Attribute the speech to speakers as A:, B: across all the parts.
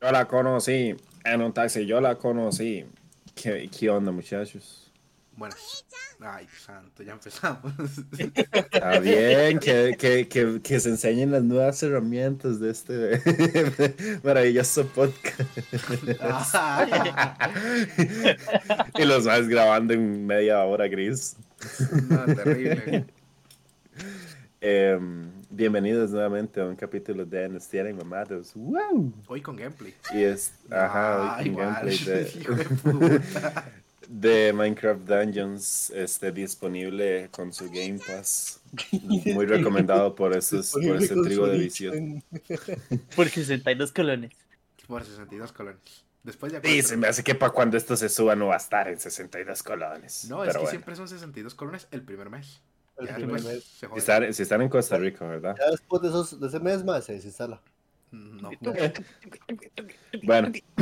A: Yo la conocí en un taxi, yo la conocí. ¿Qué, qué onda, muchachos?
B: Buenas. Ay, santo, ya empezamos.
A: Está bien, que, que, que, que se enseñen las nuevas herramientas de este maravilloso podcast. y los vas grabando en media hora, Gris.
B: No, terrible.
A: Eh, bienvenidos nuevamente a un capítulo de Amnistía y Mamados. ¡Wow!
B: Hoy con gameplay.
A: Y es, ajá,
B: Ay,
A: hoy con
B: guau,
A: gameplay
B: Ah, hijo de
A: de,
B: puta.
A: de Minecraft Dungeons este, disponible con su Game Pass. Muy recomendado por, esos, por ese trigo de visión.
C: Por 62 colones.
B: Por 62 colones. Después ya.
A: Sí, se me hace que para cuando esto se suba no va a estar en 62 colones.
B: No, es
A: Pero
B: que
A: bueno.
B: siempre son 62 colones el primer mes.
D: El
B: Ya
D: primer
B: después
D: mes.
B: se
A: Si
B: jode.
A: están, si están en Costa Rica, ¿verdad?
D: Ya después de, esos, de ese mes más se desinstala.
B: No,
A: Bueno,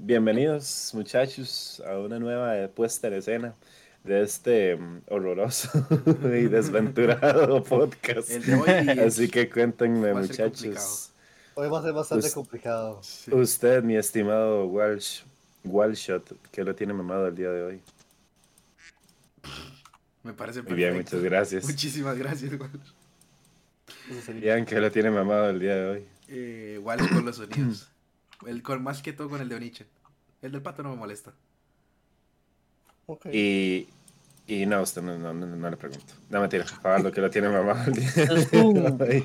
A: bienvenidos muchachos a una nueva eh, puesta en escena de este mm, horroroso y desventurado podcast.
B: el de hoy.
A: Así que cuéntenme
B: va a ser
A: muchachos.
D: Hoy va a ser bastante
A: Us-
D: complicado.
B: Sí.
A: Usted, mi estimado Walsh, Walshot, que lo tiene mamado el día de hoy.
B: Me parece
A: Muy bien,
B: perfecto.
A: muchas gracias.
B: Muchísimas gracias, Wal.
D: Eso sería.
A: Bien, que lo tiene mamado el día de hoy.
B: Eh, Wal con los sonidos. El, con, más que todo con el de Onicha. El del pato no me molesta.
D: Ok.
A: Y, y no, usted no, no, no, no le pregunto. No mentira, Fabardo, que lo tiene mamado el día de hoy.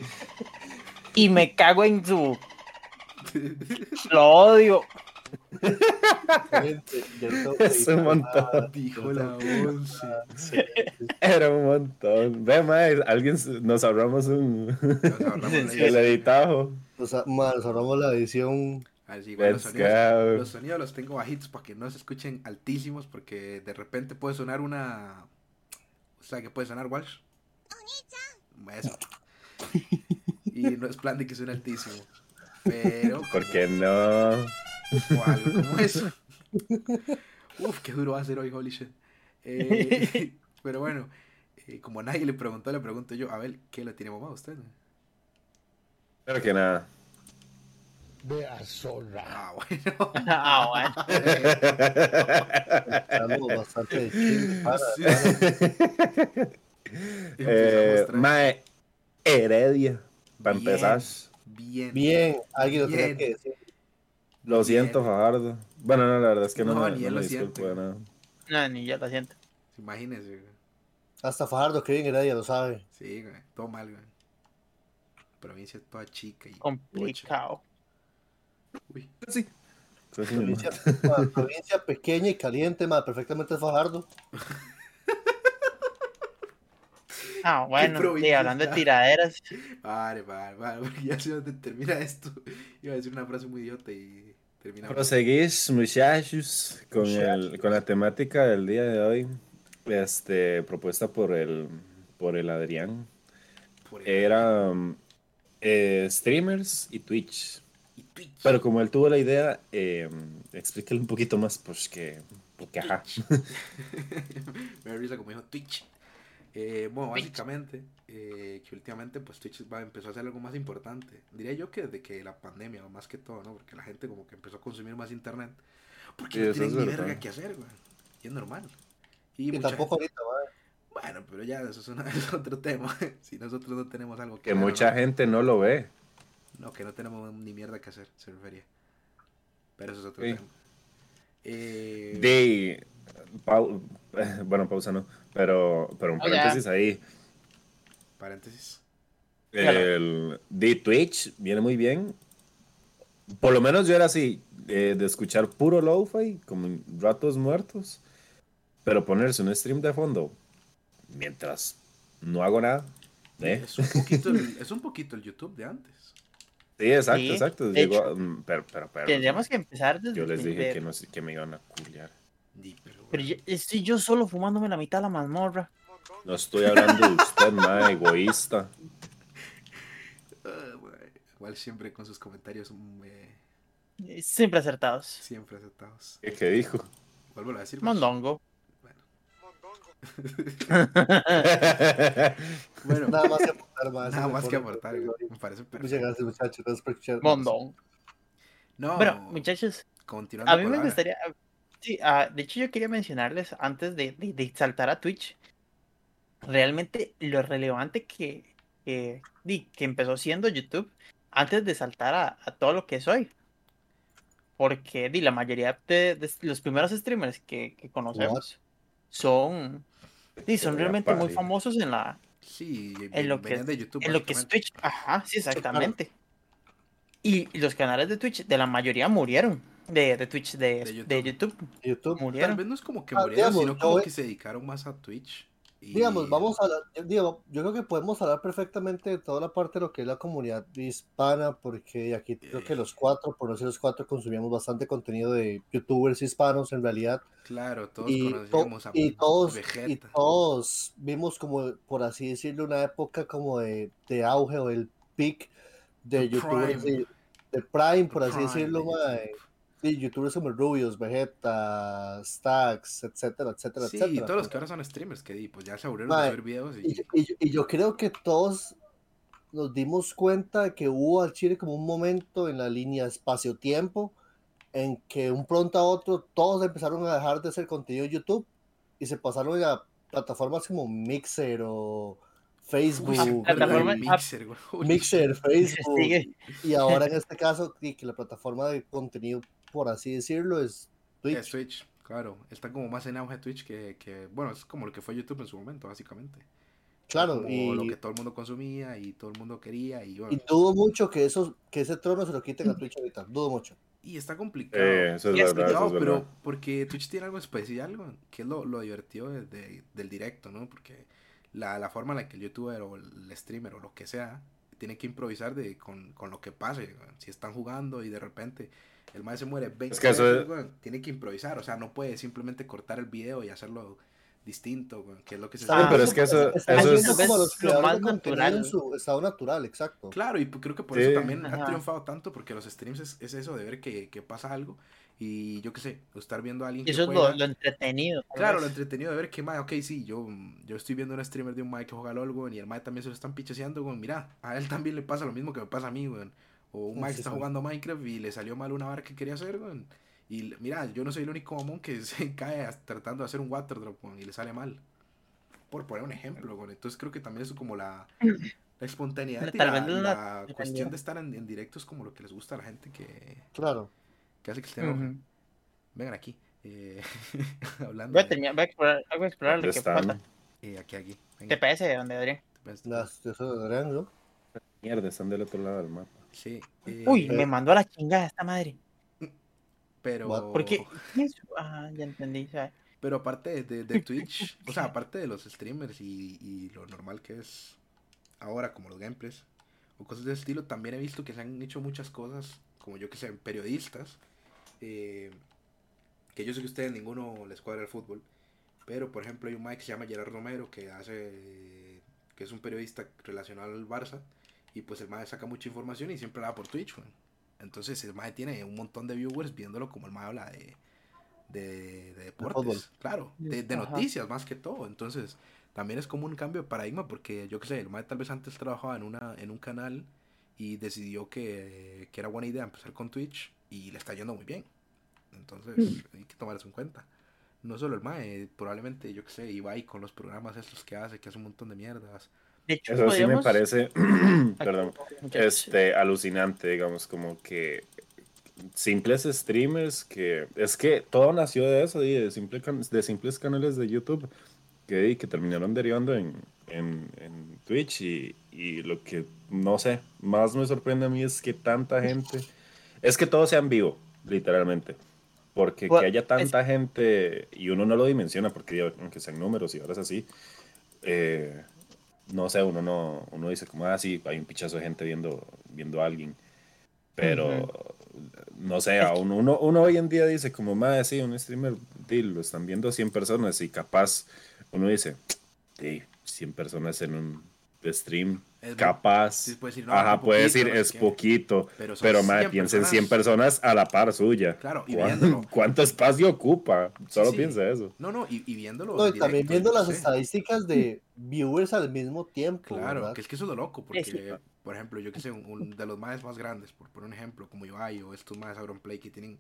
C: Y me cago en su. Lo odio.
D: Excelente. Ya no tengo que
A: Es un
D: editar
A: montón.
D: nada.
B: Dijo la once.
A: Era un montón. Ve, mae, alguien s- nos ahorramos un.
B: Nos ahorramos la
C: Sí,
A: el
B: edición.
A: editajo.
D: Nos, a- ma, nos ahorramos la edición.
B: Así, Ah, igual los
A: Let's
B: sonidos.
A: go.
B: Los sonidos los tengo bajitos para que no se escuchen altísimos porque de repente puede sonar una... O sea, que puede sonar Walsh. Eso. Y no es plan de que suene altísimo. Pero...
A: ¿Por qué no?
B: como- o algo como eso. Uf, qué duro va a ser hoy, holy shit. Eh, pero bueno, eh, como nadie le preguntó, le pregunto yo, a ver, ¿qué le tiene mamá a usted?
A: Claro que nada.
B: Ah, bueno.
C: Ah, bueno.
D: Algo bastante de chill. Para,
B: Sí. Empezamos
A: Eh,
B: tres.
A: mae, Heredia, para
B: Bien,
A: empezar.
B: Bien.
D: Bien, alguien lo tenía
B: Bien.
D: que decir.
A: Lo siento,
B: Bien.
A: Fajardo. Bueno, no, la verdad es que no,
B: No,
A: me-
B: ni
A: no
B: él
A: me
B: lo
A: disculpo
B: siente.
A: de nada.
C: No, ni yo lo siento.
B: Imagínese, güey.
D: Hasta Fajardo, que bien Heredia lo sabe.
B: Sí, güey. Todo mal, güey. Provincia toda chica y.
C: Complicado.
B: Uy.
A: Sí. Creo que mi
D: Provincia,
A: mamá-
D: ma, provincia pequeña y caliente, ma, perfectamente es Fajardo.
C: Ah, bueno. Sí,
B: provincia.
C: hablando de tiraderas.
B: Vale, vale, vale. Porque ya sé dónde termina esto. Iba a decir una frase muy idiota y termina.
A: Proseguís, muchachos, con,
D: Muchachos.
A: el- con la temática del día de hoy, este, propuesta por el, por el Adrián.
B: por el-
A: Era mm, eh, streamers y Twitch.
B: y Twitch.
A: Pero como él tuvo la idea, eh, explíquele un poquito más, pues que. Porque ajá.
B: Me da risa como dijo Twitch. Eh, bueno,
C: Twitch.
B: básicamente, eh, que últimamente pues Twitch va, empezó a hacer algo más importante. Diría yo que desde que la pandemia, o más que todo, ¿no? Porque la gente como que empezó a consumir más internet. Porque
A: Sí, eso
B: no
A: es
B: tienen ni
A: verdad.
B: verga que hacer, güey. Y es normal. Y,
D: Y
B: mucha
D: tampoco
B: gente-
D: ahorita, ma.
B: Bueno, pero ya eso es, una- es otro tema. si nosotros no tenemos algo que
A: Que
B: hacer,
A: mucha gente no lo ve.
B: No, que no tenemos ni mierda que hacer, se refería. Pero eso es otro
A: Sí.
B: tema. Eh,
A: De. pau- bueno, pausa no. Pero, pero un
B: Oh,
C: Hola.
A: paréntesis ahí.
B: Paréntesis.
C: Claro.
A: El, de Twitch viene muy bien. Por lo menos yo era así, eh, de escuchar puro lo-fi, como en ratos muertos. Pero ponerse un stream de fondo mientras no hago nada. ¿eh?
B: Es, un poquito el, es un poquito el YouTube de antes.
A: Sí, exacto,
C: Sí,
A: exacto.
C: de
A: Llegó
C: hecho.
A: a- mm, pero, pero, pero,
C: Tendríamos que empezar desde.
A: yo les
C: el
A: dije que,
C: primer-
A: no, sé- que me iban a culiar.
B: Di, pero,
C: Pero
B: bueno.
C: yo- estoy yo solo fumándome la mitad de la mazmorra.
A: No estoy hablando de usted, nada egoísta.
B: Ah, güey. Igual siempre con sus comentarios mm, eh,
C: Eh, Siempre acertados.
B: siempre aceptados.
A: ¿Qué, qué dijo?
B: Vuelvo a
A: pues.
B: decir. güey.
C: Mondongo.
B: Bueno.
C: Ah.
B: Bueno,
D: Nada más que aportar,
B: nada
D: ma. Eso
B: más
D: me
B: que
D: pone-
B: aportar. güey. Me parece
D: Muchas
B: perfecto.
A: Pues,
D: gracias, muchachos. Gracias por escucharnos.
C: Mondongo.
B: No,
C: Bueno, muchachos,
B: continuando
C: a mí
B: con
C: me
B: la vara.
C: gustaría. Sí, ah, de hecho, yo quería mencionarles antes de, de- de saltar a Twitch, realmente lo relevante que, que, di- que empezó siendo YouTube antes de saltar a, a todo lo que soy. Porque di, la mayoría de, de los primeros streamers que, que conocemos son, di, son
A: Hola,
C: realmente muy
A: padre.
C: famosos en, la,
B: Sí,
C: en lo que-
B: venían de YouTube.
C: en lo que es
B: básicamente.
C: Twitch. Ajá, sí, exactamente. Y y los canales de Twitch, de la mayoría murieron. De, de Twitch, de,
B: De YouTube.
C: de YouTube,
D: YouTube.
B: Tal
C: murieron.
B: vez no es como que
D: Ah,
B: murieron,
D: digamos,
B: sino
D: yo
B: como
D: ve-
B: que se dedicaron más a Twitch. y-
D: Digamos, vamos a la- digo, yo creo que podemos hablar perfectamente de toda la parte de lo que es la comunidad hispana, porque aquí creo que
B: Eh.
D: los cuatro, por no decir los cuatro, consumíamos bastante contenido de youtubers hispanos en realidad.
B: Claro, todos
D: y, to-
B: conocíamos a
D: y todos, y
B: Vegeta.
D: todos vimos como, por así decirlo, una época como de, de auge o el peak
B: The
D: de youtubers
B: prime.
D: de, de Prime,
B: The
D: por así
B: Prime
D: decirlo,
B: de
D: mae.
B: YouTube.
D: Sí, youtubers como Rubius, Vegeta, Stacks, etcétera, etcétera,
B: Sí, y
D: etcétera.
B: todos los que ahora son streamers, que di, pues ya se aburrieron de
D: Mae,
B: subir videos
D: Y, yo-
B: y...
D: y yo- y yo creo que todos nos dimos cuenta de que hubo al Chile como un momento en la línea espacio-tiempo en que un pronto a otro todos empezaron a dejar de hacer contenido en YouTube y se pasaron a plataformas como Mixer o
B: Uy, se
D: Facebook.
C: plataforma-
B: acuerdan de Mixer, güey.
D: y- Mixer, Facebook.
C: Sigue.
D: Y ahora en este caso, y que la plataforma de contenido, por así decirlo, es Twitch.
B: Es Twitch, claro. Está como más en auge Twitch que, que, bueno, es como lo que fue YouTube en su momento, básicamente.
D: claro,
B: Como
D: y,
B: lo que todo el mundo consumía y todo el mundo quería y bueno.
D: y dudo mucho que, esos, que ese trono se lo quiten a Twitch ahorita. Dudo mucho.
B: Y está complicado.
A: Eh, eso es
C: Y es
A: verdad, eso
B: complicado,
A: es verdad.
B: pero porque Twitch tiene algo especial, weón, que es lo, lo divertido de- de- del directo, ¿no? Porque la, la forma en la que el youtuber o el streamer o lo que sea tiene que improvisar de, con, con lo que pase. weón. Si están jugando y de repente el maestro se muere 20
A: que eso
B: veces,
A: es-
B: weón, tiene que improvisar. O sea, no puede simplemente cortar el video y hacerlo distinto, weón, que es lo que se
A: Sí,
D: Ah,
A: pero es que eso,
D: Está
A: eso
C: Ay,
A: es.
D: viendo como a los
C: lo
D: creadores
C: más
D: de contenido en
C: natural.
D: su estado natural, exacto.
B: Claro, y pu- creo que por
A: Sí.
B: eso también ha
C: Ajá.
B: triunfado tanto, porque los streams es, es eso, de ver que, que pasa algo y yo qué sé, estar viendo a alguien
C: Y
B: que
C: eso es lo,
B: juega.
C: lo entretenido. pues. tal
B: Claro, lo
C: vez.
B: entretenido de ver que, mae, ok, sí, yo, mm, yo estoy viendo un streamer de un mae que juega LOL, weón, y el mae también se lo están pichaseando, weón, mira, a él también le pasa lo mismo que me pasa a mí, weón. O un
D: Sí,
B: mae que
D: sí,
B: está
D: sí.
B: jugando Minecraft y le salió mal una vara que quería hacer, weón. Y l- mira, yo no soy el único mamón que se cae as- tratando de hacer un water drop, weón, y le sale mal. Por poner un ejemplo, weón. Entonces creo que también es como la, la espontaneidad y
C: Tal
B: la,
C: vez no es
B: la
C: la-
B: cuestión de estar en, en directo es como lo que les gusta a la gente que,
D: Claro.
B: que hace que estén
C: Ujú.
B: Vengan aquí. eh, hablando.
C: Voy a,
B: de-
C: terminar- voy a explorar, voy a explorar
A: ¿Dónde
C: lo que
A: están?
C: falta.
B: eh, aquí, aquí. venga,
C: ¿Te parece, don Adrián?
B: te parece, te
D: Las, eso de Adrián, ¿no?
A: Mierda, están del otro lado del mapa.
B: Sí. eh,
C: Uy,
D: eh.
C: me mandó a la chingada esta madre.
B: pero,
D: What?
C: ¿Por qué? ¿Qué es? Ah, ya entendí. ¿sabes?
B: pero aparte de, de- de Twitch, o sea, aparte de los streamers y, y lo normal que es ahora, como los gameplays o cosas de ese estilo, también he visto que se han hecho muchas cosas, como yo que sé, periodistas, eh, que yo sé que a ustedes ninguno les cuadra el fútbol, pero por ejemplo hay un Mike que se llama Gerard Romero, que hace, que es un periodista relacionado al Barça, y pues el mae saca mucha información y siempre la da por Twitch, weón. Entonces el mae tiene un montón de viewers viéndolo como el mae habla de, de, de
D: fútbol.
B: deportes, claro, de, de
C: Ajá.
B: noticias más que todo. Entonces también es como un cambio de paradigma porque yo qué sé, el mae tal vez antes trabajaba en, una, en un canal y decidió que, que era buena idea empezar con Twitch y le está yendo muy bien. Entonces
D: Mm.
B: hay que tomar eso en cuenta. No solo el mae, probablemente yo qué sé, Ibai con los programas estos que hace, que hace un montón de mierdas.
C: De hecho,
A: Eso sí me
C: podríamos-
A: parece. perdón.
C: Muchachos,
A: este, alucinante, digamos, como que simples streamers que es que todo nació de eso, y de, simple can- de simples canales de YouTube que, y que terminaron derivando en, en- en Twitch y, y lo que, no sé, más me sorprende a mí es que tanta gente, es que todo sea en vivo, literalmente. Porque
C: Bueno,
A: que haya
C: es-
A: tanta gente y uno no lo dimensiona, porque digo, aunque sean números y horas así, eh, no sé, uno no, uno dice como, ah, sí, hay un pichazo de gente viendo, viendo a alguien. Pero, no sé, a uno, uno, uno hoy en día dice como, más sí, un streamer, di, lo están viendo 100 personas y capaz, uno dice, sí, 100 personas en un stream,
B: Es muy-
A: capaz.
B: sí, puede decir, no,
A: Ajá,
B: qué
A: puede
B: poquito,
A: decir,
B: no sé
A: es
B: qué".
A: poquito,
B: Pero, son
A: pero madre,
B: 100
A: piensa en 100 personas a la par suya.
B: Claro,
A: ¿Cuán-
B: y viéndolo.
A: ¿Cuánto espacio ocupa? Solo
B: sí.
A: piensa eso.
B: No, no, y, y viéndolo.
D: No, y
B: en
D: también
B: directo,
D: viendo
B: yo
D: las
B: qué pues sé.
D: estadísticas de viewers al mismo tiempo.
B: Claro,
D: ¿verdad?
B: que es que eso es lo loco,
C: Sí, sí.
B: porque Por ejemplo, yo que sé, un, un de los más más grandes, por poner un ejemplo, como Ibai o estos más Auronplay que tienen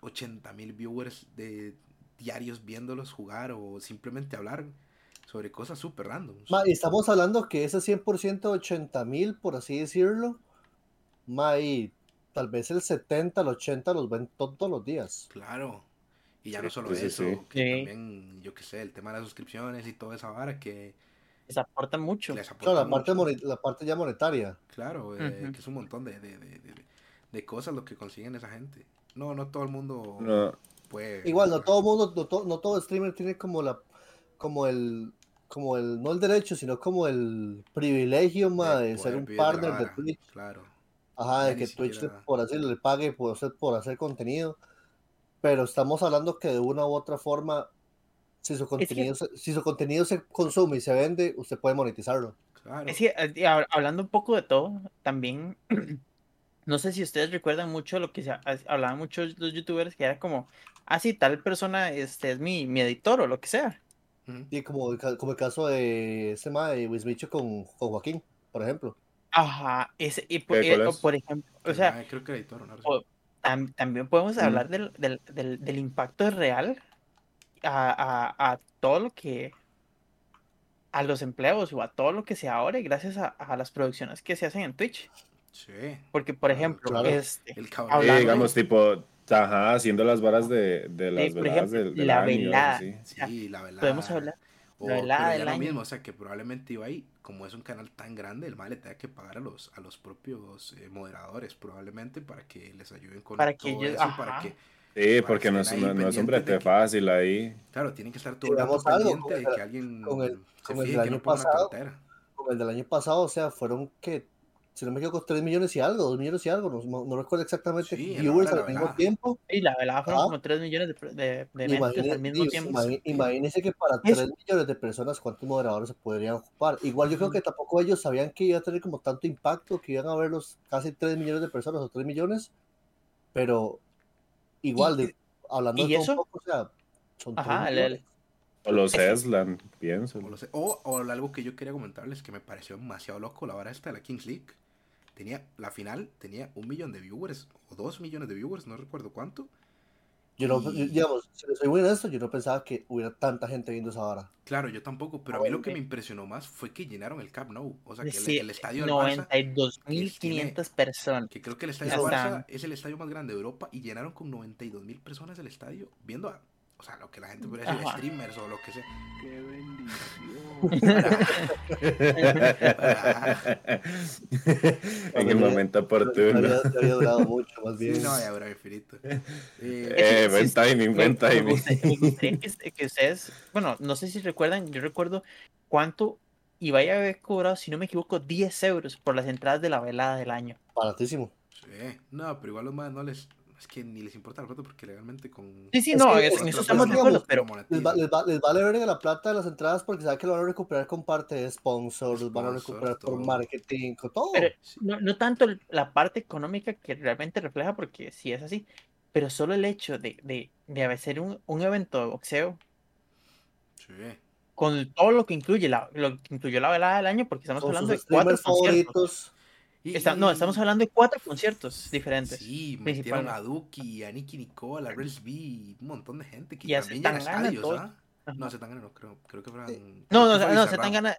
B: 80 mil viewers de diarios viéndolos jugar o simplemente hablar sobre cosas súper random.
D: Ma, y estamos hablando que ese 100% 80 mil, por así decirlo, ma, y tal vez el 70, el 80 los ven to- todos los
B: Pues
D: días.
B: Claro. Y ya no solo
A: sí, sí,
B: eso,
A: sí.
B: que
C: Sí.
B: también, yo que sé, el tema de las suscripciones y toda esa vara que
C: Les aporta mucho.
B: les aporta
D: Claro, la parte,
B: mucho.
D: mone- la parte ya monetaria.
B: Claro, eh,
C: Ujú.
B: que es un montón de, de- de- de- de cosas lo que consiguen esa gente. No, no todo el mundo
A: No,
B: puede.
D: Igual, no todo mundo, no, to- no todo streamer tiene como la, como el, como el, no el derecho, sino como el privilegio, ma, de, ser
B: poder
D: un
B: vivir la
D: partner de
B: vara,
D: Twitch.
B: Claro.
D: Ajá,
B: Ya
D: de
B: ni
D: que Twitch le-
B: siquiera-
D: por hacer le pague por hacer, por hacer contenido. Pero estamos hablando que de una u otra forma, si su contenido, se- si su contenido se consume y se vende, usted puede monetizarlo.
B: Claro.
C: Es que, eh, y hab- hablando un poco de todo, también, no sé si ustedes recuerdan mucho lo que se ha- ha- hablaban muchos los youtubers, que era como, ah, sí, tal persona este, es mi, mi editor o lo que sea.
B: Ujú.
D: Y como, el ca- como el caso de ese ma de Wismicho con, con Joaquín, por ejemplo.
C: Ajá, ese, y por,
A: ¿Qué, cuál
C: eh, o
A: es?
C: por ejemplo, o
B: El
C: sea,
B: mae, creo que el editor, no sé.
C: o- tam- también podemos
A: Mm.
C: hablar del, del, del, del impacto real a, a, a todo lo que, a los empleos o a todo lo que se ahora gracias a, a las producciones que se hacen en Twitch.
B: Sí.
C: Porque, por
B: Claro,
C: ejemplo,
D: claro.
C: este,
B: El cabrón.
A: Sí,
C: Hablando-
A: digamos, tipo, ajá, haciendo las varas de, de las
C: por
A: veladas
C: ejemplo,
A: del, del
C: la
A: año. y
C: velada.
A: cosas así.
B: Sí, la velada.
C: podemos hablar.
B: O,
C: la velada
B: pero ya
C: del
B: lo
C: año.
B: mismo, o sea que probablemente Ibai, como es un canal tan grande, el mae le tenga que pagar a los, a los propios eh, moderadores, probablemente, para que les ayuden con
C: Para que
B: todo
C: ellos-
B: eso, para
C: ajá.
B: que,
A: Sí,
B: Para
A: porque
B: que
A: no es,
B: estén
A: no,
B: ahí
A: no es un
B: pendientes de
A: brete
B: que-
A: fácil ahí.
B: claro, tienen que estar todo el
D: Digamos
B: rato
D: algo,
B: pendiente
D: con
B: de
D: el-
B: que alguien
D: con el-
B: se
D: con el
B: fije que
D: año
B: no ponga una
D: pasado.
B: tontera.
D: Como el del año pasado, o sea, fueron que, si no me equivoco, 3 millones y algo, 2 millones y algo, no, no- no recuerdo exactamente
B: Sí, en la
D: viewers
B: hora de
D: al
B: la
D: mismo
B: velada.
D: tiempo.
C: Y la velada fueron
B: Ah.
D: Ajá.
C: como 3 millones de, pro- de, de mentes
D: Imagine-
C: al mismo
D: di-
C: tiempo.
D: imagi- imagínense que para
C: Es-
D: 3 millones de personas, ¿cuántos moderadores se podrían ocupar? Igual yo creo
B: Ujú.
D: que tampoco ellos sabían que iba a tener como tanto impacto, que iban a ver los casi 3 millones de personas o 3 millones, pero igual,
C: Y-
D: de- hablando
C: y
D: de todo
C: eso-
D: un poco, o sea, son 3
C: Ajá, el- el-
D: millones.
A: O los
C: Es que-
A: Eslan, pienso.
B: O, lo sé- o- o algo que yo quería comentarles que me pareció demasiado loco, la hora esta de la Kings League. Tenía, la final tenía un millón de viewers, o dos millones de viewers, no recuerdo cuánto.
D: Yo no,
B: Y-
D: digamos, si soy bueno en esto, yo no pensaba que hubiera tanta gente viendo esa hora.
B: Claro, yo tampoco, pero a mí lo que me impresionó más fue que llenaron el Camp Nou. O sea, que el,
C: sí,
B: el estadio del Barça,
C: 92.500 personas.
B: que creo que el estadio
D: Eso-
B: del Barça es el estadio más grande de Europa, y llenaron con 92 mil personas el estadio viendo a, o sea, lo que la gente podría decir,
C: Ajá.
B: streamers o lo que sea.
E: ¡Qué bendición!
B: Para-
A: en el
D: Debería-
A: momento
D: Pero
A: oportuno.
D: había, había durado mucho, más
B: Sí,
D: bien.
B: no, ya habrá infinito. Eh,
A: Eh,
C: Eso,
A: buen
C: sí,
A: timing,
C: Me,
A: buen
C: me
A: timing.
C: gusta- me gustaría que, que ustedes, bueno, no sé si recuerdan, yo recuerdo cuánto Ibai había cobrado, si no me equivoco, 10 euros por las entradas de la velada del año.
D: Baratísimo.
B: Sí, no, pero igual los más no les. Es que ni les importa la plata porque legalmente con.
C: Sí, sí,
D: Es
C: no, es-
D: que-
C: en
D: es que
C: eso
D: nosotros
C: estamos de
D: digamos,
C: acuerdo, pero
D: Les, va- les va- les vale verga la plata de las entradas porque saben que lo van a recuperar con parte de sponsors, los van a
B: Sponsors,
D: recuperar por
B: todo.
D: marketing, con todo.
C: Pero-
B: Sí,
C: No, no tanto el- la parte económica que realmente refleja, porque sí es así, pero solo el hecho de, de, de hacer un, un evento de boxeo
B: sí.
C: con todo lo que incluye, la, lo que incluyó la velada del año, porque estamos
D: Con
C: hablando
D: sus
C: de cuatro
D: streamers
C: conciertos.
D: favoritos.
B: Y-
C: Está- no, estamos hablando de cuatro conciertos diferentes.
B: Sí, metieron
C: principalmente.
B: a Duki, a Nicky Nicole, a Rels B, un montón de gente que
C: Y a
B: también llena
C: Zetangana,
B: estadios,
C: todos.
B: ¿ah?
C: Ajá.
B: No, se no, creo, creo que fueron.
C: No,
B: creo
C: no,
B: que fue
C: no, se
B: Bizarrap.
C: tan ganas.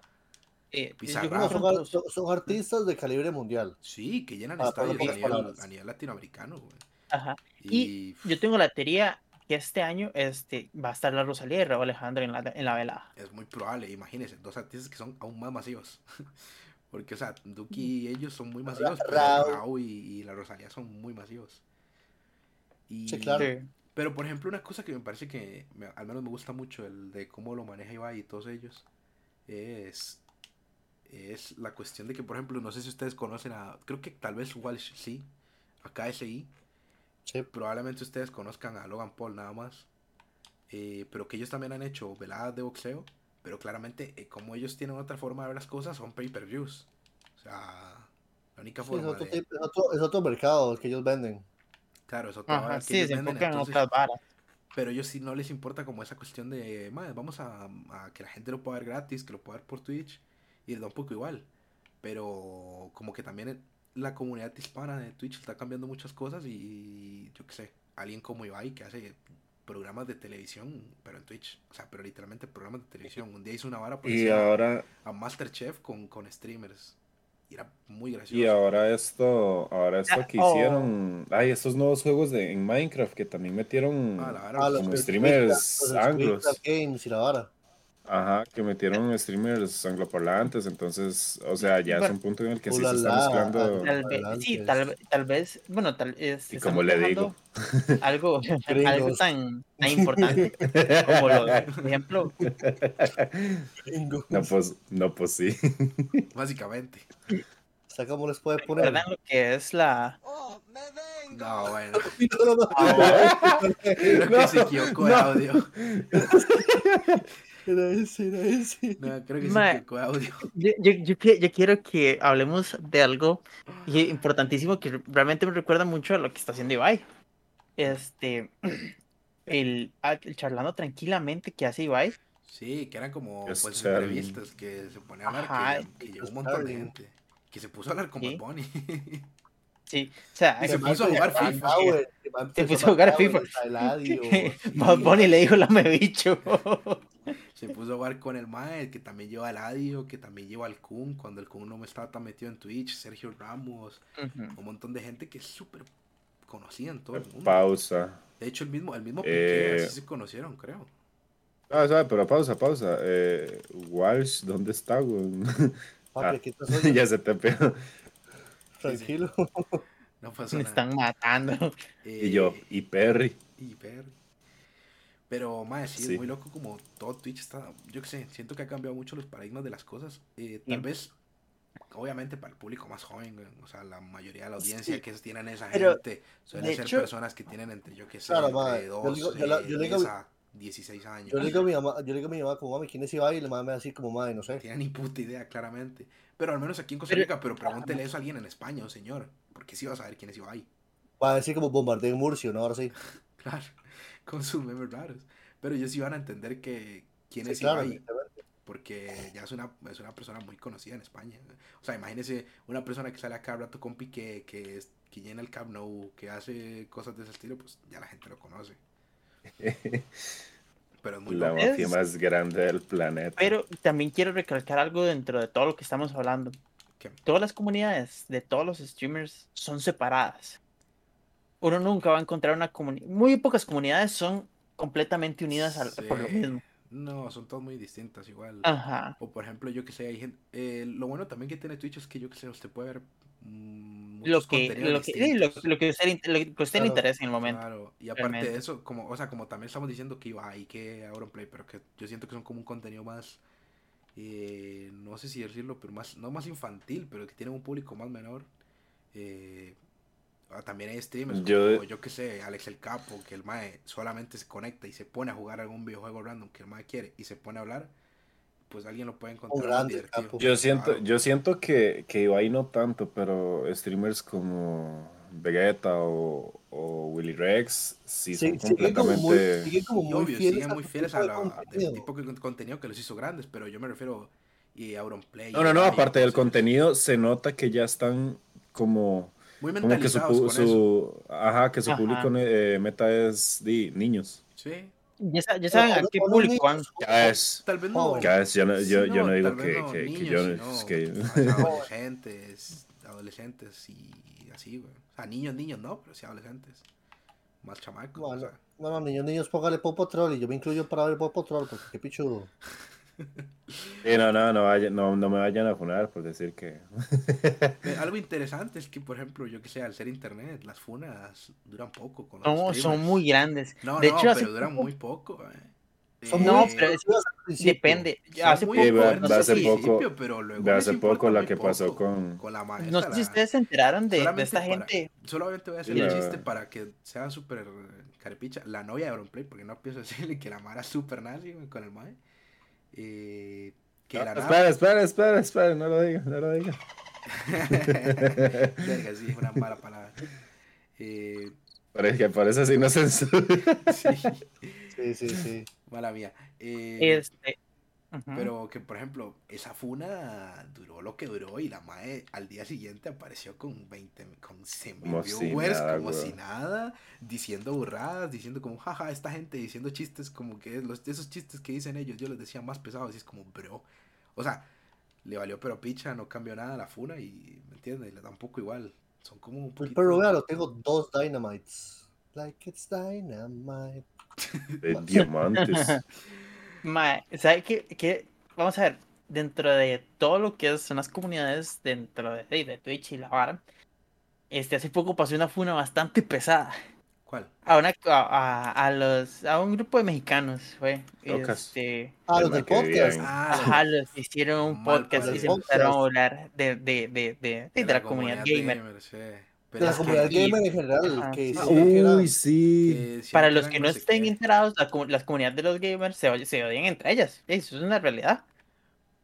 C: eh, yo creo
B: Bizarrap.
C: que
D: No, son,
C: fueron
D: ar-
C: todos.
D: son- son artistas de calibre mundial.
B: Sí, que llenan
D: Para- para no
B: estadios a
D: pocas
B: nivel,
D: palabras.
B: a nivel latinoamericano, güey.
C: Ajá.
B: Y.
C: Y yo tengo la teoría que este año este, va a estar la Rosalía y Raúl Alejandro en la, en la velada.
B: Es muy probable, imagínense, dos artistas que son aún más masivos. Porque, o sea, Duki y ellos son muy masivos, pero
D: Raúl.
B: Raúl y, y la Rosalía son muy masivos. Y,
D: Sí, claro.
C: Sí.
B: Pero, por ejemplo, una cosa que me parece que me- al menos me gusta mucho el de cómo lo maneja Ibai y todos ellos es, es la cuestión de que, por ejemplo, no sé si ustedes conocen a. Creo que tal vez Walsh sí, a KSI.
D: Sí.
B: Probablemente ustedes conozcan a Logan Paul nada más. eh, pero que ellos también han hecho veladas de boxeo. Pero claramente, eh, como ellos tienen otra forma de ver las cosas, son pay-per-views. O sea, la única
D: Sí, es,
B: forma
D: otro,
B: de.
D: tipo- es otro- es otro mercado el que ellos venden.
B: Claro, es otra
C: Ajá,
B: vara que
C: sí,
B: ellos
C: se
B: venden.
C: enfocan en
B: entonces-
C: otras varas.
B: pero ellos sí no les importa como esa cuestión de, "Mae, vamos a, a que la gente lo pueda ver gratis, que lo pueda ver por Twitch. Y el Don Poco igual. Pero como que también la comunidad hispana de Twitch está cambiando muchas cosas y yo qué sé, alguien como Ibai que hace programas de televisión, pero en Twitch, o sea, pero literalmente programas de televisión. Un día hizo una vara por
A: Y
B: encima
A: ahora,
B: a Masterchef con, con streamers. Y era muy gracioso.
A: y ahora esto, ahora esto
C: Ah,
A: que
C: oh.
A: hicieron, ay, estos nuevos juegos de, en Minecraft que también metieron,
B: Ah, la vara,
D: Ah, los
A: como
D: que
A: streamers
D: Squid Craft- los
A: anglos.
D: Squid Craft Games y la vara.
A: ajá, que metieron streamers angloparlantes, entonces, o sea, ya es
C: Bueno.
A: un punto en el que sí se
D: Ulala,
A: está mezclando,
D: ah,
C: Tal vez, sí,
D: Adelante.
C: tal, tal vez, bueno, tal es,
A: Y
C: estamos
A: como le
C: tocando algo, algo
D: Gringos.
C: tan, tan importante como lo, por ejemplo,
D: Gringo.
A: no pues, no pues sí,
B: Básicamente.
D: ¿Sabe cómo les puede poner?
C: ¿recuerdan lo que es la
B: No, bueno.
D: No, no, no.
B: Creo que se equivocó de audio.
D: Era ese, era ese.
B: No, creo que
C: Ma-
B: se equivocó de audio.
C: Yo, yo- yo qui- yo quiero que hablemos de algo y- importantísimo que realmente me recuerda mucho a lo que está haciendo Ibai. Este, el, ah, el charlando tranquilamente que hace Ibai.
B: Sí, que eran como
A: Es
B: pues,
A: Charlie.
B: entrevistas que se ponía a hablar,
C: Ajá, pues
B: que, que llegó
D: es
B: un montón de
D: Charlie.
B: gente. Que se puso a hablar con
C: Sí.
B: Bad Bunny.
C: Sí, o sea,
B: Y se
C: que-
B: puso a jugar
C: que-
B: FIFA.
C: Se puso a jugar FIFA. que Bad Bunny le dijo la me bicho.
B: se puso a hablar con el Mae, que también lleva al Adio, que también lleva al Kun, cuando el Kun no me estaba tan metido en Twitch, Sergio Ramos,
C: Ujú.
B: un montón de gente que es súper conocida en todo el mundo.
A: pausa.
B: De hecho, el mismo, el mismo
A: Eh.
B: Piqué, así se conocieron, creo.
A: Ah, sabe, pero pausa, pausa. Eh, Walsh, ¿dónde está, güey?
D: Papi,
A: Ah.
D: aquí te soy,
A: ya se te pegó.
D: tranquilo.
B: No pasó
C: Me
B: nada.
C: están matando.
A: Y yo,
B: Eh,
A: y Perry.
B: Y ver. Pero, mae, sí,
A: Sí.
B: es muy loco como todo Twitch está. Yo qué sé, siento que ha cambiado mucho los paradigmas de las cosas. Eh,
C: Sí.
D: Mm.
B: tal vez, obviamente, para el público más joven, güey, o sea, la mayoría de la audiencia
C: Sí,
B: que tienen esa
C: pero,
B: gente suelen
C: de
B: ser
C: hecho-
B: personas que tienen entre, yo qué sé,
D: Claro, mae,
B: entre
D: yo le digo-
B: 12,
D: yo la- yo le digo-
B: 10 a 16 años.
D: Yo le digo a mi mamá, yo le digo a mi mamá como mami, ¿quién es Ibai? Y la mamá me va a decir como madre, no sé.
B: Tienen ni puta idea, claramente. Pero al menos aquí en Costa
C: Pero-
B: Rica, pero pregúntele eso a alguien en España, un señor, porque sí va a saber quién es Ibai.
D: Va a decir como bombardeo en Murcia, ¿no? Ahora sí.
B: Claro, con sus memes raros. Pero ellos sí van a entender que quién
D: Sí,
B: es
D: claro,
B: Ibai.
D: evidentemente.
B: porque ya es una, es una persona muy conocida en España. O sea, imagínese una persona que sale a cada rato con Piqué, que, es, que llena el Camp Nou, que hace cosas de ese estilo, pues ya la gente lo conoce. Pero es muy
A: La
B: loco.
A: mafia más grande del planeta.
C: Pero también quiero recalcar algo dentro de todo lo que estamos hablando.
B: ¿Qué?
C: Todas las comunidades de todos los streamers son separadas. Uno nunca va a encontrar una comunidad. Muy pocas comunidades son completamente unidas al- por lo
B: Sí.
C: mismo.
B: No, son todas muy distintas igual.
C: Ajá.
B: O por ejemplo, yo que sé, hay gente... eh, lo bueno también que tiene Twitch es que yo que sé, usted puede ver mm,
C: Lo
B: muchos
C: que,
B: contenidos
C: lo, que, sí, lo-
B: distintos.
C: lo que usted, le inter- lo que usted le
D: Claro,
C: interesa en el momento.
B: Claro, y aparte de
C: realmente.
B: eso, como, o sea, como también estamos diciendo que iba y que Auronplay, pero que yo siento que son como un contenido más, eh, no sé si decirlo, pero más, no más infantil, pero que tienen un público más menor. Eh, ah, también hay streamers,
A: Yo-
B: como yo que sé, Alex el Capo, que el Mae solamente se conecta y se pone a jugar algún videojuego random que el Mae quiere y se pone a hablar, pues alguien lo puede encontrar más
D: grande El
B: divertido.
D: Capo.
A: Yo siento,
B: Claro.
A: yo siento que, que Ibai no tanto, pero streamers como Vegeta o, o Willy Rex sí, son
D: Sí, siguen como muy,
A: completamente.
D: siguen como
B: Y
D: muy
B: obvio,
D: fieles
B: siguen
D: a
B: muy
D: su
B: fieles
D: tipo
B: a
D: de
B: la,
D: contenido.
B: del tipo de contenido que los hizo grandes, pero yo me refiero y Auronplay.
A: No, no, no,
B: Ibai,
A: aparte del
B: entonces,
A: contenido, se nota que ya están como,
B: Muy
A: como que su,
B: mentalizados
A: pu-
B: con eso.
A: su- ajá, que su
C: Ajá.
A: público eh, meta es di, niños.
B: Sí,
C: Ya, sa- ya saben a
D: Pero
C: qué
D: unos
C: público van.
D: niños,
A: Ya es,
B: tal vez no.
D: Joven.
A: ya es, yo no, yo,
B: Sí,
A: yo no digo
B: tal vez
A: que,
B: no
A: que- que
B: niños,
A: yo
B: sino
A: es que-
B: a- adolescentes, adolescentes y así, güey. O sea, niños, niños no, pero sí adolescentes. Más chamacos,
D: Bueno.
B: o sea,
D: No, no, niños, niños, póngale Popo Troll y yo me incluyo para ver Popo Troll porque qué pichudo.
A: Sí, no, no, no, vaya- no, no me vayan a funar por decir que.
B: Eh, Algo interesante es que, por ejemplo, yo que sé, al ser internet, las funas duran poco con los
C: No, son
B: streamers.
C: muy grandes.
B: No,
C: de
B: no,
C: hecho, hace
B: pero duran
C: poco-
B: muy poco, eh.
D: Son
C: No,
D: muy
C: pero es-
D: exclusivas al principio.
C: Depende.
B: Son
C: Hace
B: muy
C: poco,
A: Sí, ve-
B: buenos
C: no
A: ve
C: sé
A: hace
B: al
C: si-
A: poco-
B: principio, pero luego
A: de
B: les
A: hace
B: importa
A: poco la
B: muy
A: que pasó
B: poco.
A: con-
B: con la maestra.
C: No sé si ustedes se enteraron de, de
B: Solamente
C: esta
B: para-
C: gente.
B: Solamente voy a hacer
A: Sí,
B: el
A: la-
B: chiste para que sea súper carepicha. La novia de Auronplay, porque no pienso decirle que la mara es súper nazi güey, con el mae. Eh, que
A: No,
B: la
A: Ah, espera, espera, espera, espera, no lo diga, no lo diga.
B: Verga, sí, es una mala palabra. Eh,
A: Parece que parece así no censura.
B: sí,
D: Sí, sí, sí.
B: mala mía. Eh,
C: Este, Ujú.
B: Pero que, por ejemplo, esa funa duró lo que duró y la mae al día siguiente apareció con 20, mil- con 100 mil
A: Como si
B: viewers,
A: nada,
B: como si
A: weón.
B: nada, diciendo burradas, diciendo como, jaja, esta gente diciendo chistes como que los, esos chistes que dicen ellos, yo les decía más pesados y es como, bro. O sea, le valió pero picha, no cambió nada la funa y, ¿me entiendes? Le da un poco igual. Son como un poquito...
D: Pero vea, lo tengo dos dynamites. Like it's dynamite.
A: De diamantes.
C: Mae, ¿sabe qué, qué? Vamos a ver, dentro de todo lo que son las comunidades dentro de, de Twitch y la vara, este, hace poco pasó una funa bastante pesada
B: ¿Cuál?
C: a, una, a, a- a los, a un grupo de mexicanos, fue.
A: Locas.
C: Este,
D: Ah, los
A: Tema
D: del
A: que
D: podcast.
A: vivían.
B: Ah, lo-
C: ajá, los que hicieron
B: Mal
C: un podcast y se
D: parecido.
C: empezaron a hablar de, de, de, de, de
B: de
C: la comunidad gamer.
B: sí.
D: De
B: Pero
D: la
B: es que-
D: comunidad
C: aquí-
D: gamer en general.
C: Ajá.
D: Que
B: Ah,
D: hicieron que era-
A: Uy, sí.
B: que siempre
C: Para los
B: eran
C: que
B: no
C: no
B: sé
C: estén
B: qué.
C: enterados, la comu- las comunidades de los gamers se, oy- se odian entre ellas. Eso es una realidad.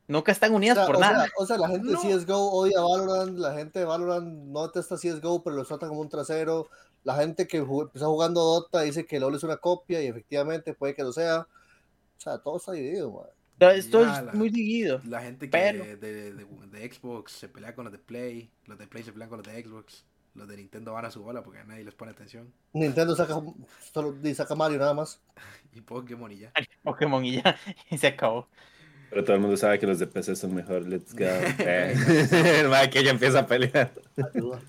C: Nunca están
D: O
C: unidas
D: sea,
C: por
D: o sea-
C: nada.
D: o sea, la gente
B: No.
D: de CSGO odia Valorant, la gente de Valorant no testa CSGO, pero lo trata como un trasero. La gente que jugó- empezó jugando Dota dice que LOL es una copia y efectivamente puede que lo sea. O sea, todo está dividido, man.
C: Todo Esto
B: Ya,
C: es
B: la-
C: muy dividido.
B: La gente que
C: Pero-
B: de, de- de Xbox se pelea con los de Play, los de Play se pelean con los de Xbox, los de Nintendo van a su bola porque nadie les pone atención.
D: Nintendo saca, solo, y saca Mario nada más.
B: Y Pokémon y ya.
C: Pokémon y ya, y se acabó.
A: Pero todo el mundo sabe que los de PC son mejor. Let's go. Eh, el mae que ya empieza a pelear.
D: Ayuda.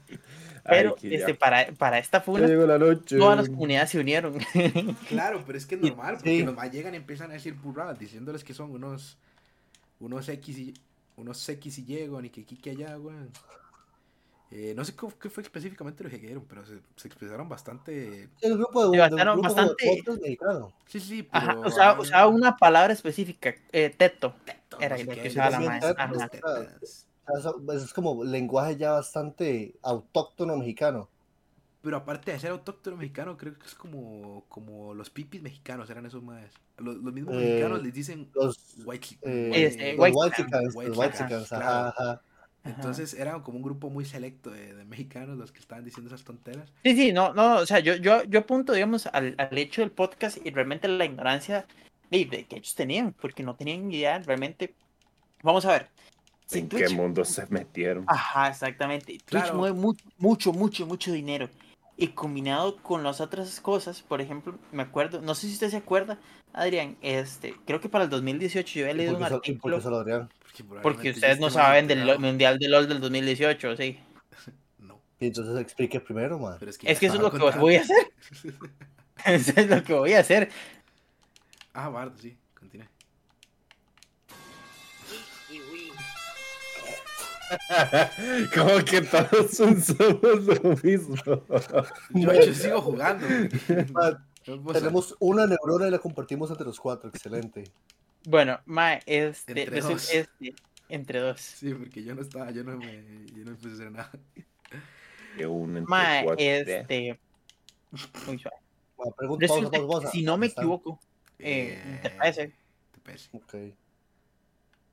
C: Pero
A: Ay, que
C: este,
A: ya-
C: para, para esta
A: ya
C: funa,
A: llegó la noche.
C: todas las comunidades se unieron.
B: Claro, pero es que es normal, porque
D: Sí.
B: los más llegan y empiezan a decir burradas, diciéndoles que son unos unos X y unos X y llegan y que aquí que allá, weón. Eh, no sé cómo- qué fue específicamente lo que dijeron, pero se, se expresaron bastante.
D: El grupo de,
C: Sí,
D: de
C: bastaron
D: un grupo como de
C: bastante.
D: podcast mexicano.
B: Sí, sí, pero.
C: Ajá, o sea,
B: ah,
C: usaba una palabra específica, eh, teto.
B: teto,
C: era
B: no sé
C: la que
B: qué,
C: usaba
B: los
D: la maestra,
B: tetas,
D: ajá.
B: los tetas.
D: O sea, eso- eso es como lenguaje ya bastante autóctono mexicano.
B: Pero aparte de ser autóctono mexicano, creo que es como, como los pipis mexicanos eran esos más. Los, los mismos
D: Eh,
B: mexicanos les dicen
D: Los,
B: white chic-
D: eh,
B: white-
C: Este,
D: los
C: white
D: white
C: chican,
D: chicans,
B: white
D: los white
B: chicans,
D: chicans, ajá,
B: claro.
D: ajá.
C: Ajá.
B: Entonces eran como un grupo muy selecto de, de mexicanos los que estaban diciendo esas tonteras.
C: Sí, sí, no, no, o sea, yo, yo, yo apunto, digamos, al, al hecho del podcast y realmente la ignorancia de, de que ellos tenían, porque no tenían idea realmente. Vamos a ver. si
A: ¿En
C: Twitch-
A: qué mundo se metieron?
C: Ajá, exactamente. Twitch
B: Claro.
C: mueve mucho, mucho, mucho, mucho dinero. Y combinado con las otras cosas, por ejemplo, me acuerdo, no sé si usted se acuerda, Adrián, este, creo que para el 2018 yo había
D: ¿Y
C: leído
D: por
C: un
D: qué so- y por
C: artículo
D: qué solo Adrián?
B: Porque,
C: porque
B: probablemente yo
C: ustedes no
B: esté más
C: saben del
B: enterado.
C: Mundial de LOL del 2018, sí.
B: No,
D: Y entonces explique primero, man.
B: pero es que.
C: Es que
B: ya
C: eso es lo que
B: estaba
C: voy a
B: contando.
C: hacer. Eso es lo que voy a hacer.
B: ah, Bardo, sí, continúe.
A: Como que todos son- somos lo mismo.
B: Yo, yo sigo jugando.
D: Ma,
B: No
C: Pues,
B: puedo saber.
D: Tenemos una neurona y la compartimos entre los cuatro, excelente.
C: Bueno, Mae, este,
B: Entre
C: resul-
B: dos.
C: este, entre dos.
B: Sí, porque yo no estaba, yo no me, yo no empecé a hacer nada.
A: Que unen entre
C: Mae,
A: cuatro.
C: este. muy suave.
D: Ma, pregunta, pausa,
C: Resulta
D: pausa, pausa.
C: que, si no me
D: Ahí está.
C: equivoco, Eh, TPS.
B: TPS,
D: Ok,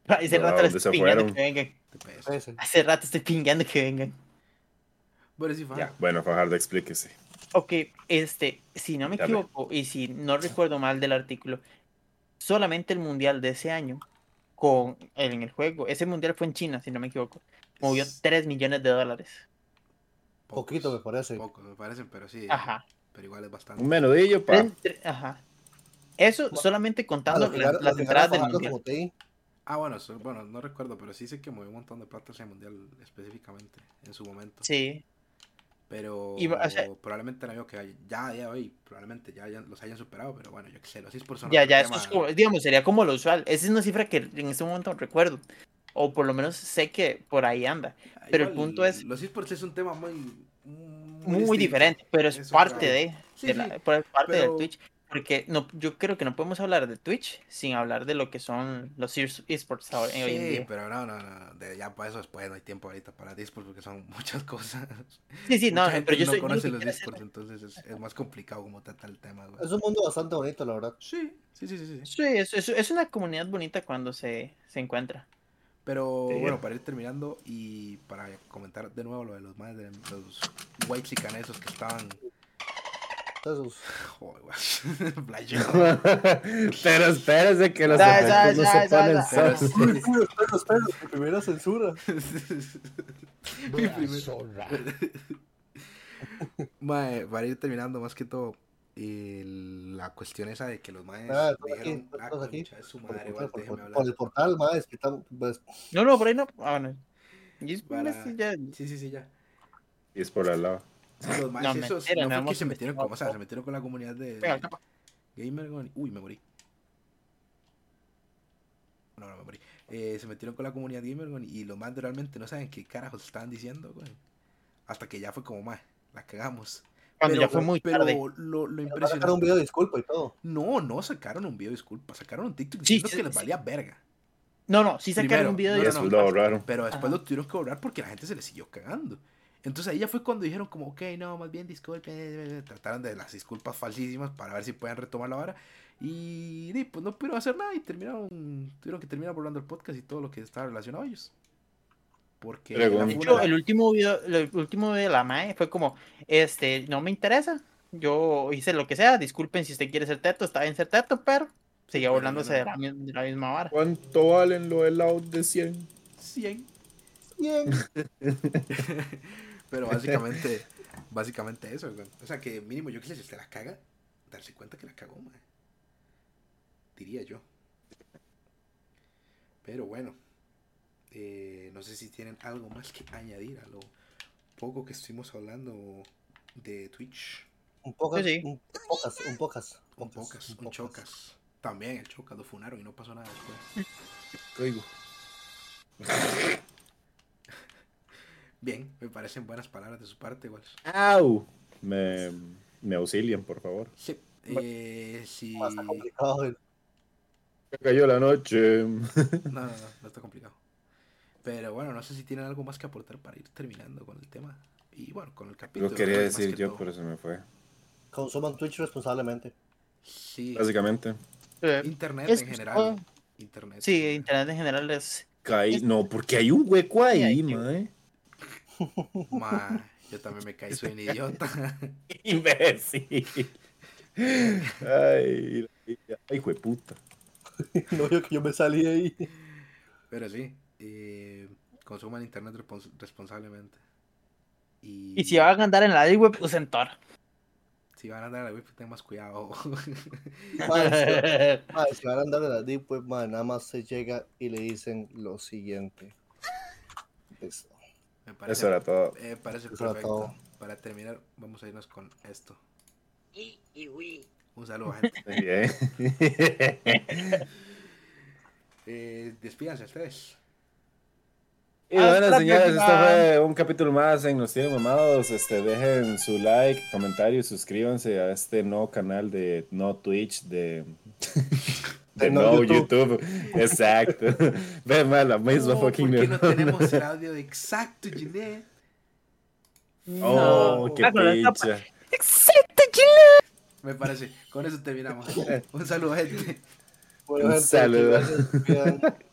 C: hace
A: No,
C: rato
A: ¿a
C: le
A: dónde
C: estoy
A: se
C: pingueando
A: fueron?
C: que vengan.
B: TPS.
D: ese.
C: Hace rato estoy pingueando que vengan.
B: Bueno, sí, fue.
A: Ya, bueno, Fajardo, explíquese.
C: Ok, este, si no me
A: Dame.
C: equivoco y si no recuerdo mal del artículo, solamente el mundial de ese año con en el juego, ese mundial fue en China, si no me equivoco, movió
B: Es-
C: 3 millones de dólares.
B: Pocos,
D: Poquito me parece.
B: Pocos, me parecen, pero sí.
C: Ajá.
B: Pero igual es bastante.
A: Un menudillo, pa.
C: Tres- tres- ajá. Eso
D: Ma-
C: solamente
D: Ah,
C: contando
D: lo que gana-
C: las,
D: lo
C: las
D: que gana
C: entradas del
D: Fajardo
C: mundial.
D: como TI.
B: Ah, bueno, eso- bueno, no recuerdo, pero sí sé que movió un montón de plata ese mundial específicamente en su momento.
C: Sí,
B: Pero
C: Y, o sea-
B: probablemente no veo que hay- ya a día de hoy, probablemente ya, hayan- los hayan superado, pero bueno, yo qué sé, los esports son
C: ya,
B: otro
C: ya, eso es
B: tema.
C: como- digamos, sería como lo usual. Esa es una cifra que en este momento no recuerdo, o por lo menos sé que por ahí anda.
B: Ah,
C: pero el
B: igual,
C: punto es-
B: Los esports es un tema muy.
C: Muy,
B: Muy, distinto.
C: diferente, pero es
B: es otra-
C: parte de...
B: Sí,
C: de
B: sí,
C: la- por parte
B: pero-
C: del Twitch. Porque no, yo creo que no podemos hablar de Twitch sin hablar de lo que son los ears- esports ahora, eh, hoy en
B: Sí,
C: día.
B: pero no, no, no, de- ya para eso después no hay tiempo ahorita para esports porque son muchas cosas.
C: Sí, sí, no,
B: Mucha gente
C: pero yo
B: no
C: soy- yo lo
B: conoce
C: que
B: los
C: quiero hacer-
B: esports, entonces es, es más complicado como tratar el tema, güey.
D: Es un mundo bastante bonito, la verdad.
B: Sí, sí, sí, sí, sí.
C: Sí, es, es- es una comunidad bonita cuando se, se encuentra.
B: Pero
A: Sí.
B: bueno, para ir terminando y para comentar de nuevo lo de los madres de los white esos que estaban
D: Entonces,
B: Joder, weón. Playo.
A: Pero espérese que los
C: Ya, ya,
A: efectos no
C: ya,
A: se
C: ya,
A: ponen
C: ya.
A: solos.
D: espera, espera, espera, mi primera censura.
B: Mi primer- Mae, para ir terminando, más que todo, el- la cuestión esa de que los maes
D: Ah, todo aquí,
B: dijeron, ah,
D: todo aquí.
B: concha de su
D: Por,
B: madre,
D: por-
B: weón, déjeme
D: por-
B: hablar.
D: por el portal, ma, es que tan- pues,
C: No, no, por ahí no. Ah, bueno. Y es-
B: Para-
C: sí, ya-
B: Sí, sí, sí, ya.
A: Y es por al lado.
B: Los maes
C: No,
B: esos,
C: mentira,
B: no
C: no
B: fue que
C: hemos
B: se metieron con, o sea,
C: investigado.
B: se metieron con la comunidad de
C: Venga, capa.
B: gamer, weón. Uy, me morí. No, no me morí. Eh, se metieron con la comunidad gamer, weón, y los maes realmente no saben qué carajos estaban diciendo, weón. Hasta que ya fue como, mae, la cagamos.
C: Cuando
B: Pero-
C: ya fue muy
B: pero
C: tarde.
B: lo, lo
D: van a sacar un
B: impresionante
D: video de disculpa y todo.
B: No, no sacaron un video, disculpa, sacaron un TikTok
C: Sí,
B: diciendo
C: sí,
B: que les
C: sí.
B: valía verga.
C: No, no, sí
B: Primero,
C: sacaron un video
B: no,
A: Y
C: de
A: eso
B: no.
A: lo borraron.
B: Pero después
C: Ajá.
B: lo tuvieron que borrar porque la gente se les siguió cagando. Entonces ahí ya fue cuando dijeron como, ok, no, más bien disculpen, eh, eh, trataron de las disculpas falsísimas para ver si pueden retomar la vara. Y, di, pues no pudieron hacer nada y terminaron, tuvieron que terminar borrando el podcast y todo lo que estaba relacionado a ellos. Porque
A: Pero,
B: la
A: güey.
C: De
B: funa
C: hecho,
B: era-
C: el último video, el último video de la MAE fue como, este, no me interesa, yo hice lo que sea, disculpen si usted quiere ser teto, está bien ser teto, pero seguía
B: Pero
C: burlándose
B: no,
C: de la, mi- de la misma vara.
A: ¿Cuánto valen los helados de 100?
B: 100.
D: Bien.
B: Pero básicamente, básicamente eso, güey. O sea, que mínimo yo que sé, si usted la caga, darse cuenta que la cagó, mae. Diría yo. Pero bueno, eh, no sé si tienen algo más que añadir a lo poco que estuvimos hablando de Twitch.
D: Un pocas,
C: Sí, sí.
D: un pocas, un pocas.
B: Un pocas, un chocas. También el chocas, lo funaron y no pasó nada después.
A: Oigo.
B: Bien, me parecen buenas palabras de su parte, igual.
A: ¡Au! Me, me auxilian, por favor.
B: Sí. Eh, si...
D: Ah, Está complicado. eh.
A: Me cayó la noche.
B: No, no, no, no está complicado. Pero bueno, no sé si tienen algo más que aportar para ir terminando con el tema. Y bueno, con el capítulo.
A: Lo quería
B: ¿no? Más
A: decir
B: que
A: yo,
B: todo.
A: pero se me fue.
D: Consuman Twitch responsablemente.
B: Sí,
A: Básicamente.
C: Eh,
B: internet
C: Es-
B: en general. Internet.
C: sí,
B: en general.
C: internet en general es...
A: Caí. No, porque hay un hueco ahí,
C: Sí, hay que-
A: mae.
B: Ma, yo también me caí, soy un idiota.
A: Imbécil. Ay, ay, hijo de puta.
D: No veo que yo me salí de ahí.
B: Pero sí, eh, consuman internet respons- responsablemente. Y,
C: Y si van a andar en la web, usen Tor.
B: si van a andar a la web, tengan más cuidado.
D: Ma, si- ma, si Ah, van a andar en la deep web, ma, nada más se llega y le dicen lo siguiente. Pues, Listo.
B: me parece,
A: Eso era todo.
B: eh, parece
D: Eso era
B: perfecto.
D: todo.
B: Para terminar, vamos a irnos con esto.
E: Y, y, uy.
B: Un saludo, gente.
A: Muy bien.
B: Eh, despídanse ustedes.
A: Y bueno,
C: Hasta la
A: señores, este
C: próxima.
A: fue un capítulo más en Nos Tienen Mamados. Este, dejen su like, comentario y suscríbanse a este nuevo canal de No Twitch, de, de
D: De
A: No,
D: No
A: YouTube. Exacto. Ve mal, la misma
B: No,
A: fucking
B: Oh, ¿Por qué no tenemos el audio exacto, Ginette?
A: Oh,
B: No. Ah,
A: qué
C: Claro, la tapa.
A: picha.
B: Me parece. Con eso terminamos. Un saludo, gente.
D: Bueno,
A: Un
D: gente,
A: saludo.
D: gracias, cuidan.